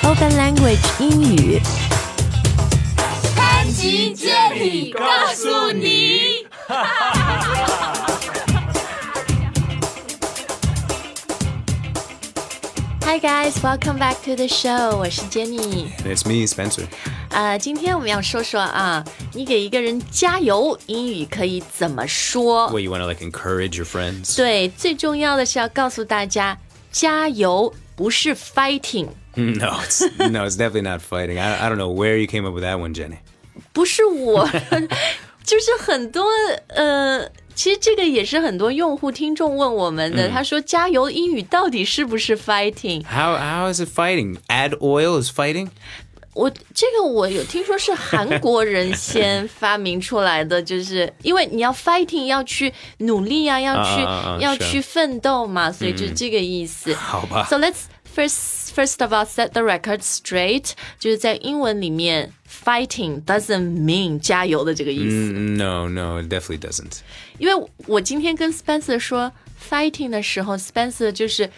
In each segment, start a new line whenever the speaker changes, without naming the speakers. Spoken Language 英语。
潘吉建议告诉你。
Hi guys, welcome back to the show。我是 Jenny。
And it's me, Spencer.
呃，今天我们要说说啊，你给一个人加油，英语可以怎么说？
What you want to like encourage your friends?
对，最重要的是要告诉大家，加油不是 fighting，
No, it's, no, it's definitely not fighting. I, I don't know where you came up with that one, Jenny.
不是我， 就是很多呃。其实这个也是很多用户听众问我们
嗯
的，他说加油英语到底是不是 fighting？
How how is it fighting? Add oil is fighting.
我这个我有听说是韩国人先发明出来的，就是因为你要 fighting 要去努力啊，要去
啊啊啊
要
是
去奋斗嘛，所以就这个意思。
好吧
So let's first first of all set the record straight，就是在英文里面 fighting doesn't mean 加油的这个意思。
Mm, No, no, it definitely doesn't.
因为我今天跟 Spencer 说 fighting 的时候，Spencer 就是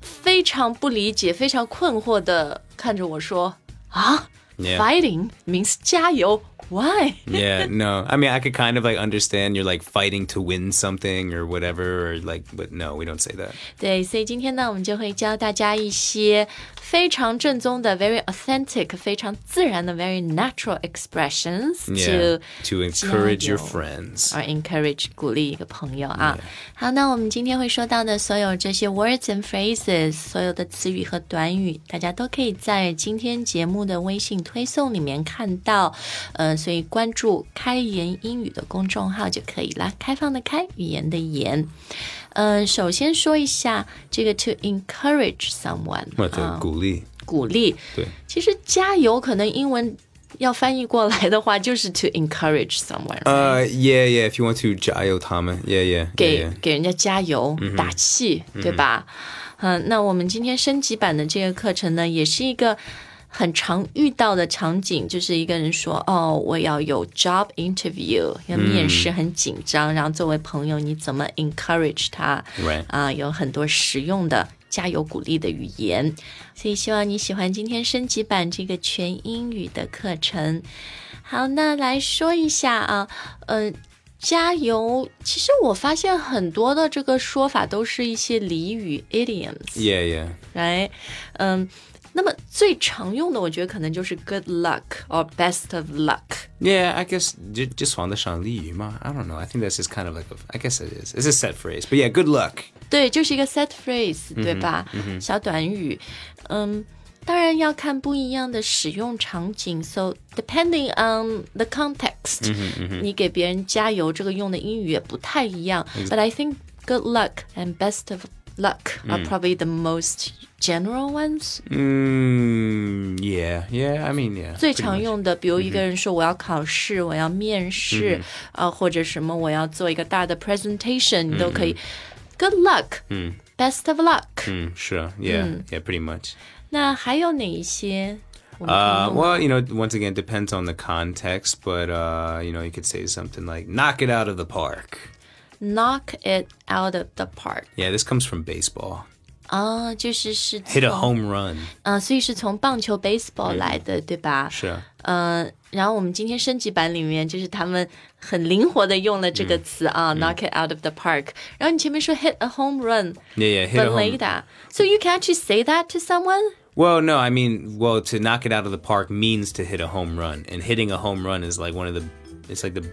非常不理解、非常困惑的看着我说：“啊
Yeah.
fighting means 加油，why？”
Yeah, no. I mean, I could kind of like understand you're like fighting to win something or whatever, or like, but no, we don't say that.
对，所以今天呢，我们就会教大家一些非常正宗的、very authentic、非常自然的、very natural expressions
Yeah,
to
to encourage
加
your
油。
friends.
而 encourage 鼓励一个朋友啊。好，那我们今天会说到的所有这些 words and phrases，所有的词语和短语，大家都可以在今天节目的微信推送里面看到。呃，所以关注“开言英语”的公众号就可以啦，开放的开，语言的言。嗯，首先说一下这个 to encourage someone，
What
啊
the guli?
鼓励。
对，
其实加油可能英文要翻译过来的话，就是 to encourage someone。
Uh, yeah, yeah. If you want to, jayo tama. Yeah, yeah, yeah,
给
yeah.
给人家加油、打气，对吧？嗯，那我们今天升级版的这个课程呢，也是一个很常遇到的场景，就是一个人说：“哦，我要有 job interview，要面试，很紧张。然后作为朋友，你怎么 encourage 他？
Right.
啊、有很多实用的加油鼓励的语言，所以希望你喜欢今天升级版这个全英语的课程。好，那来说一下啊，呃，加油。其实我发现很多的这个说法都是一些俚语 idioms，
Yeah, yeah.
来，嗯。那么最常用的，我觉得可能就是 good luck or best of luck。
Yeah, I guess j- just on the Shan Li Yu Ma. I don't know. I think that's just kind of like a. I guess it is. It's a set phrase. But yeah, good luck.
对，就是一个 set
嗯
phrase，对吧？小短语，嗯，当然要看不一样的使用场景。So depending on the context，、你
嗯
给别人加油这个用的英语也不太一样。But I think good luck and best of luck are
嗯
probably the most general ones，、
Mm, yeah, yeah. I mean, yeah.
最
pretty
常
much.
用的。比如一个人说我要考试，我要面试，
嗯
啊、或者什么我要做一个大的 presentation，你都
嗯
可以。Good luck，嗯，best of luck，
Mm, sure. Yeah, yeah. Pretty much.
那还有哪一些？我们可以
Uh,
用
well, you know, once again, it depends on the context. But uh, you know, you could say something like "knock it out of the park."
knock it out of the park
Yeah, this comes from baseball.
啊、就是是
Hit a
从
home run.
嗯、所以是从棒球
嗯
baseball 来的，对吧？
Sure.
嗯、然后我们今天升级版里面，就是他们很灵活的用了这
嗯
个词啊、k n o c k it out of the park。然后你前面说 hit a home run，
Yeah, yeah. Hit a
本
home.
垒打，so you can actually say that to someone。
Well, no, I mean, well, to knock it out of the park means to hit a home run, and hitting a home run is like one of the, it's like the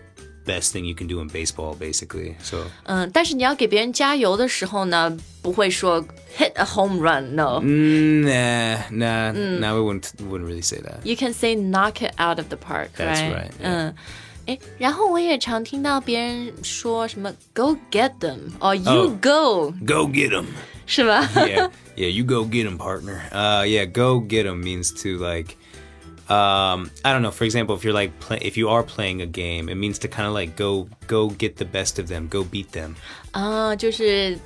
best thing you can do in baseball, basically. So
嗯、但是你要给别人加油的时候呢，不会说 hit a home run，no。
Mm, nah, nah, nah, we wouldn't wouldn't really say that.
You can say knock it out of the park,
That's right, yeah.
嗯，哎，然后我也常听到别人说什么 "Go get them" or "You
Oh.
go"，、
Go get 'em.
是吧
Yeah, yeah, you go get 'em, partner. Uh, yeah, go get 'em means to like. Um, I don't know. For example, if you're like play, if you are playing a game, it means to kind of like go go get the best of them, go beat them.
啊，就是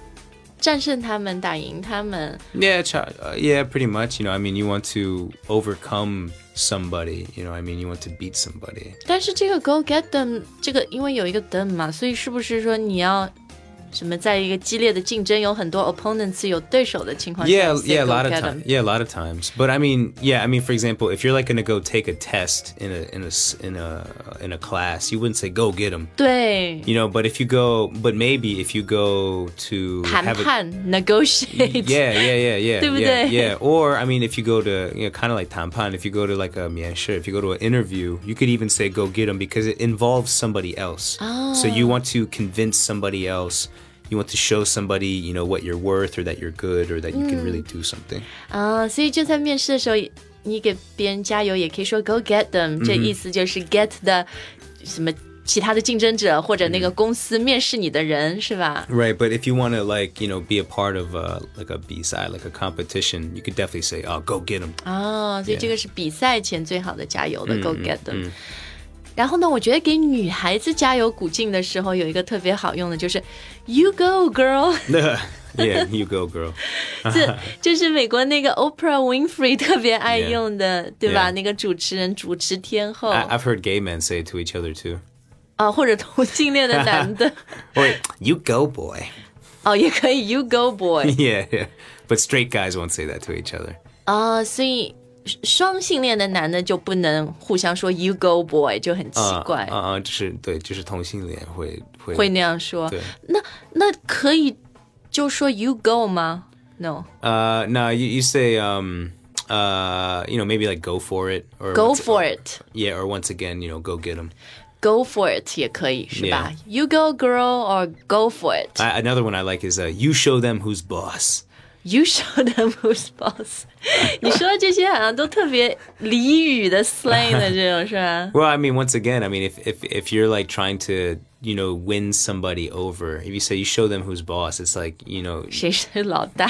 战胜他们，打赢他们。
Yeah, ch- uh, yeah, pretty much. You know, I mean, you want to overcome somebody. You know, I mean, you want to beat somebody.
但是这个 "Go get them" 这个因为有一个 them 嘛，所以是不是说你要什么在一个激烈的竞争，有很多 opponents 有对手的情况下
Yeah,
you say
yeah, a
go
lot of
get 'em.
times. Yeah, a lot of times. But I mean, yeah, I mean, for example, if you're like gonna go take a test in a in a s- in a in a class, you wouldn't say go get them,
对
you know. But if you go, but maybe if you go to
谈
have a
判 negotiate，
yeah, yeah, yeah, yeah, yeah,
对不对？
yeah. Or I mean, if you go to you know, kind of like tampan, if you go to like a mianshe, if you go to an interview, you could even say go get him because it involves somebody else. So you want to convince somebody else. You want to show somebody, you know, what you're worth, or that you're good, or that you can really do something.
啊，所以就在面试的时候，你给别人加油，也可以说 “Go get them”，、这意思就是 get 的什么其他的竞争者或者那个公司面试你的人，是吧？
Right, but if you want to like you know be a part of uh, like a B side, like a competition, you could definitely say, "Oh, go get them."
哦，所以
Yeah
这个是比赛前最好的加油了、g o get them”。然后呢，我觉得给女孩子加油鼓劲的时候，有一个特别好用的，就是 “You go, girl”，
yeah, you go, girl.
这这是美国那个 Oprah Winfrey 特别爱
Yeah
用的对吧
Yeah
那个主持人、主持天后
I-
啊、
I've heard gay men say it to each other too.
或者同性恋的男的。
Wait, you go, boy.
哦，也可以，You go boy。
yeah, yeah. But straight guys won't say that to each other.
啊、所以双性恋的男的就不能互相说 You go boy，就 很奇怪，
Uh, uh, 就是对，就是同性恋会会
会那样说
对。
那那可以就说 You go 吗？No，
Uh, no, you, you say um uh you know maybe like go for it or
go
once-
for it。
Yeah, or once again you know go get them.
Go for it 也可以是吧？You go girl or go for it.
I, another one I like is uh, you show them who's boss.
You show them who's boss. 你说的这些好像都特别俚语的 slang 的这种是吧？
Well, I mean once again, I mean if if if you're like trying to you know win somebody over, if you say you show them who's boss, it's like you know
谁是老大？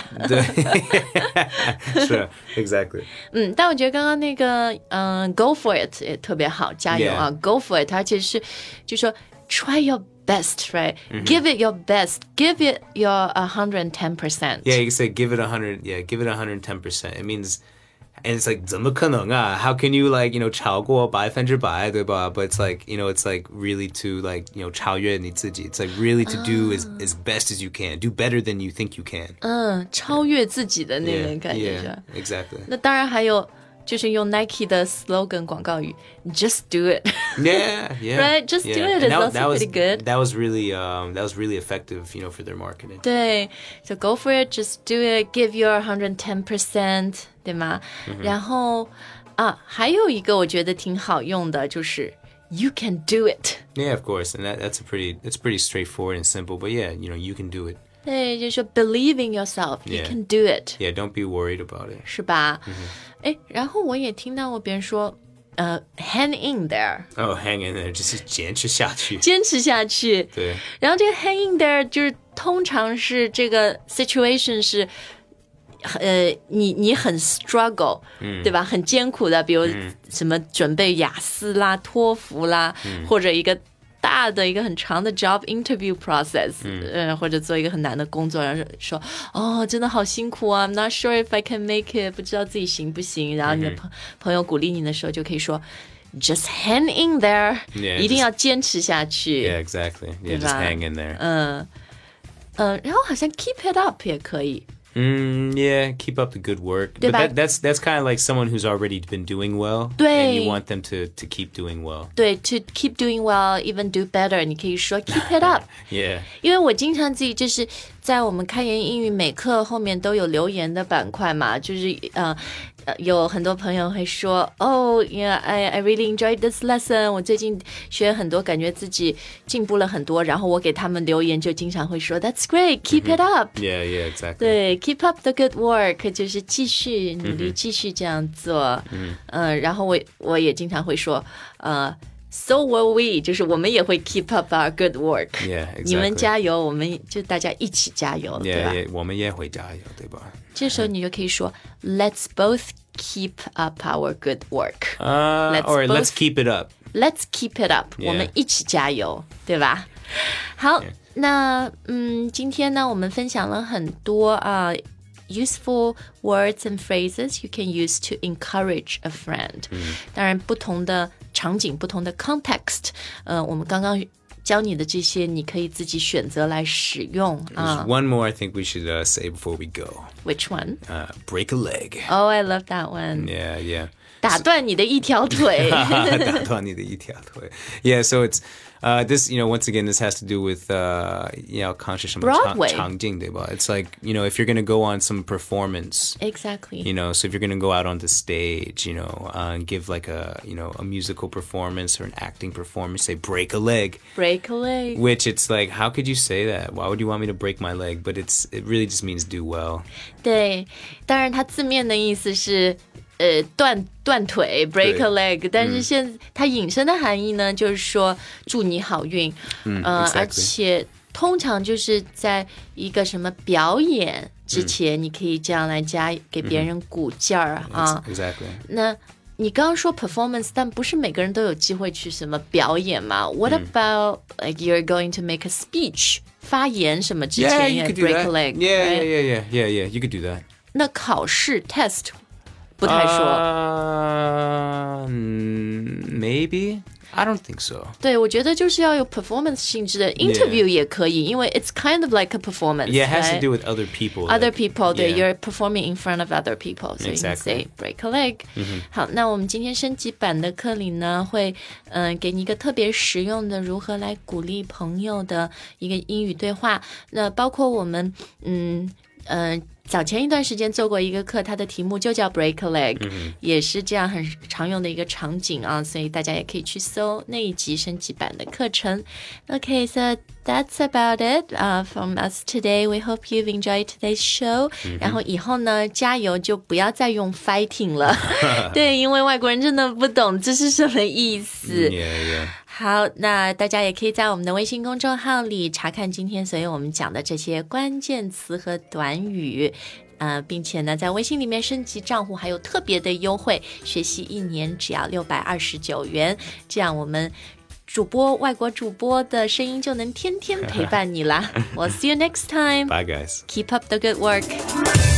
sure, exactly.
嗯，但我觉得刚刚那个，嗯、g o for it 也特别好，加油啊
Yeah.
g o for it，而且是就说 try your
嗯
best，right？Give、it your best，give it your a hundred and ten percent。
Yeah, you can say give it a hundred. Yeah, give it a hundred and ten percent. It means, and it's like 怎么可能啊? How can you like you know 超过百分之百对吧? But it's like you know it's like really to like you know 超越你自己. It's like really to do as
Ah.
as best as you can. Do better than you think you can.
嗯，超越自己的那
yeah,
种感觉是吧
yeah, exactly.
那当然还有就是用 Nike 的 slogan 广告语，just do it，right？
Yeah, yeah.
Just
yeah.
do it
And
is also
that, that was
pretty good.
That was really um that was really effective. You know for their marketing.
对，so go for it，just do it，give your hundred ten percent，对吗？
嗯
然后啊，还有一个我觉得挺好用的，就是 you can do it。
Yeah, of course. And that, that's a pretty that's pretty straightforward and simple. But yeah, you know you can do it.
对，就是说 believe in yourself，you
Yeah. 嗯
can do it，
Yeah, don't be worried about it.
是吧？哎，然后我也听到过别人说，呃，hang in there，
Oh, hang in there. Just 坚持下去。
坚持下去。
对
然后这个 hang in there 就是通常是这个 situation 是，呃，你你很 struggle，、对吧？很艰苦的，比如什么准备雅思啦、托福啦，或者一个大的一个很长的 job interview process，嗯、或者做一个很难的工作，然后说哦，真的好辛苦啊，I'm not sure if I can make it，不知道自己行不行。然后你的朋朋友鼓励你的时候，就可以说。Just hang in there，、
Yeah,
一定
just-
要坚持下去。
Yeah, exactly. Yeah, just
Diba?
hang in there.
嗯，呃然后好像 keep it up 也可以，
mm, yeah, keep up the good work. But
Diba?
that, that's that's kind of like someone who's already been doing well, and you
对。
want them to to keep doing well.
对，to keep doing well, even do better，你可以说 keep it up。
Yeah,
因为我经常自己就是在我们开言英语每课后面都有留言的板块嘛，就是呃。呃，有很多朋友会说，哦、y e a h i I really enjoyed this lesson。我最近学很多，感觉自己进步了很多。然后我给他们留言，就经常会说，That's great, keep it up。
yeah, yeah, exactly.
对，keep up the good work，就是继续努力，继续这样做。嗯、呃，然后我我也经常会说，呃，so will we，就是我们也会 keep up our good work。
Yeah,
你们
exactly.
加油，我们就大家一起加油，对
Yeah,
吧
yeah, Oh, 我们也会加油，对吧？
这时候你就可以说，let's both keep up our good work。
Uh,
Let's
or let's
both-
keep it up.
Let's keep it up，、
Yeah.
我们一起加油，对吧？好那嗯，今天呢，我们分享了很多啊、useful words and phrases you can use to encourage a friend、当然，不同的场景、不同的 context，呃，我们刚刚教你的这些，你可以自己选择来使用
There's
啊。
one more I think we should uh, say before we go.
Which one?
Uh, break a leg.
Oh, I love that one.
Yeah, yeah.
打断你的一条腿。
打断你的一条腿. yeah, so it's uh, this. You know, once again, this has to do with uh, you know, conscious
Broadway.
It's like you know, if you're gonna go on some performance,
exactly.
you know, so if you're gonna go out on the stage, you know, uh, and give like a you know a musical performance or an acting performance, say break a leg.
Break a leg.
Which it's like, how could you say that? Why would you want me to break my leg? But it's it really just means do well.
对，当然它字面的意思是。呃，断断腿 break a leg，但
嗯
是现、它引申的含义呢，就是说祝你好运，嗯呃
exactly
而且通常就是在一个什么表演
嗯
之前，你可以这样来加给别人鼓劲儿、啊。
Exactly.
那你刚刚说 performance，但不是每个人都有机会去什么表演嘛？What
嗯
about、like you're going to make a speech？发言什么之
Yeah,
前
you
也
could do
break
that.
a leg，
yeah,
right？
yeah, yeah, yeah, yeah, yeah. You could do that.
那考试 test 不太说。
啊 Uh, Um, maybe. I don't think so.
对，我觉得就是要有 performance 性质的 interview 也可以，因为 it's kind of like a performance。
Yeah, it has to
right?
do with other people.
other
like-
people，对
yeah.
，you're performing in front of other people，所以你
Exactly. Mm-hmm.
say break a leg。好，那我们今天升级版的课里呢，会嗯、呃给你一个特别实用的如何来鼓励朋友的一个英语对话。那包括我们嗯呃。早前一段时间做过一个课，它的题目就叫 break a leg，、也是这样很常用的一个场景啊，所以大家也可以去搜那一集升级版的课程。Okay, so that's about it uh, from us today. We hope you've enjoyed today's show. 然后以后呢，加油就不要再用 fighting 了，对，因为外国人真的不懂这是什么意思。
Mm, Yeah, yeah.
好，那大家也可以在我们的微信公众号里查看今天所有我们讲的这些关键词和短语。呃，并且呢，在微信里面升级账户还有特别的优惠，学习一年只要六百二十九元，这样我们主播外国主播的声音就能天天陪伴你啦。我 see you next time.
Bye, guys.
Keep up the good work.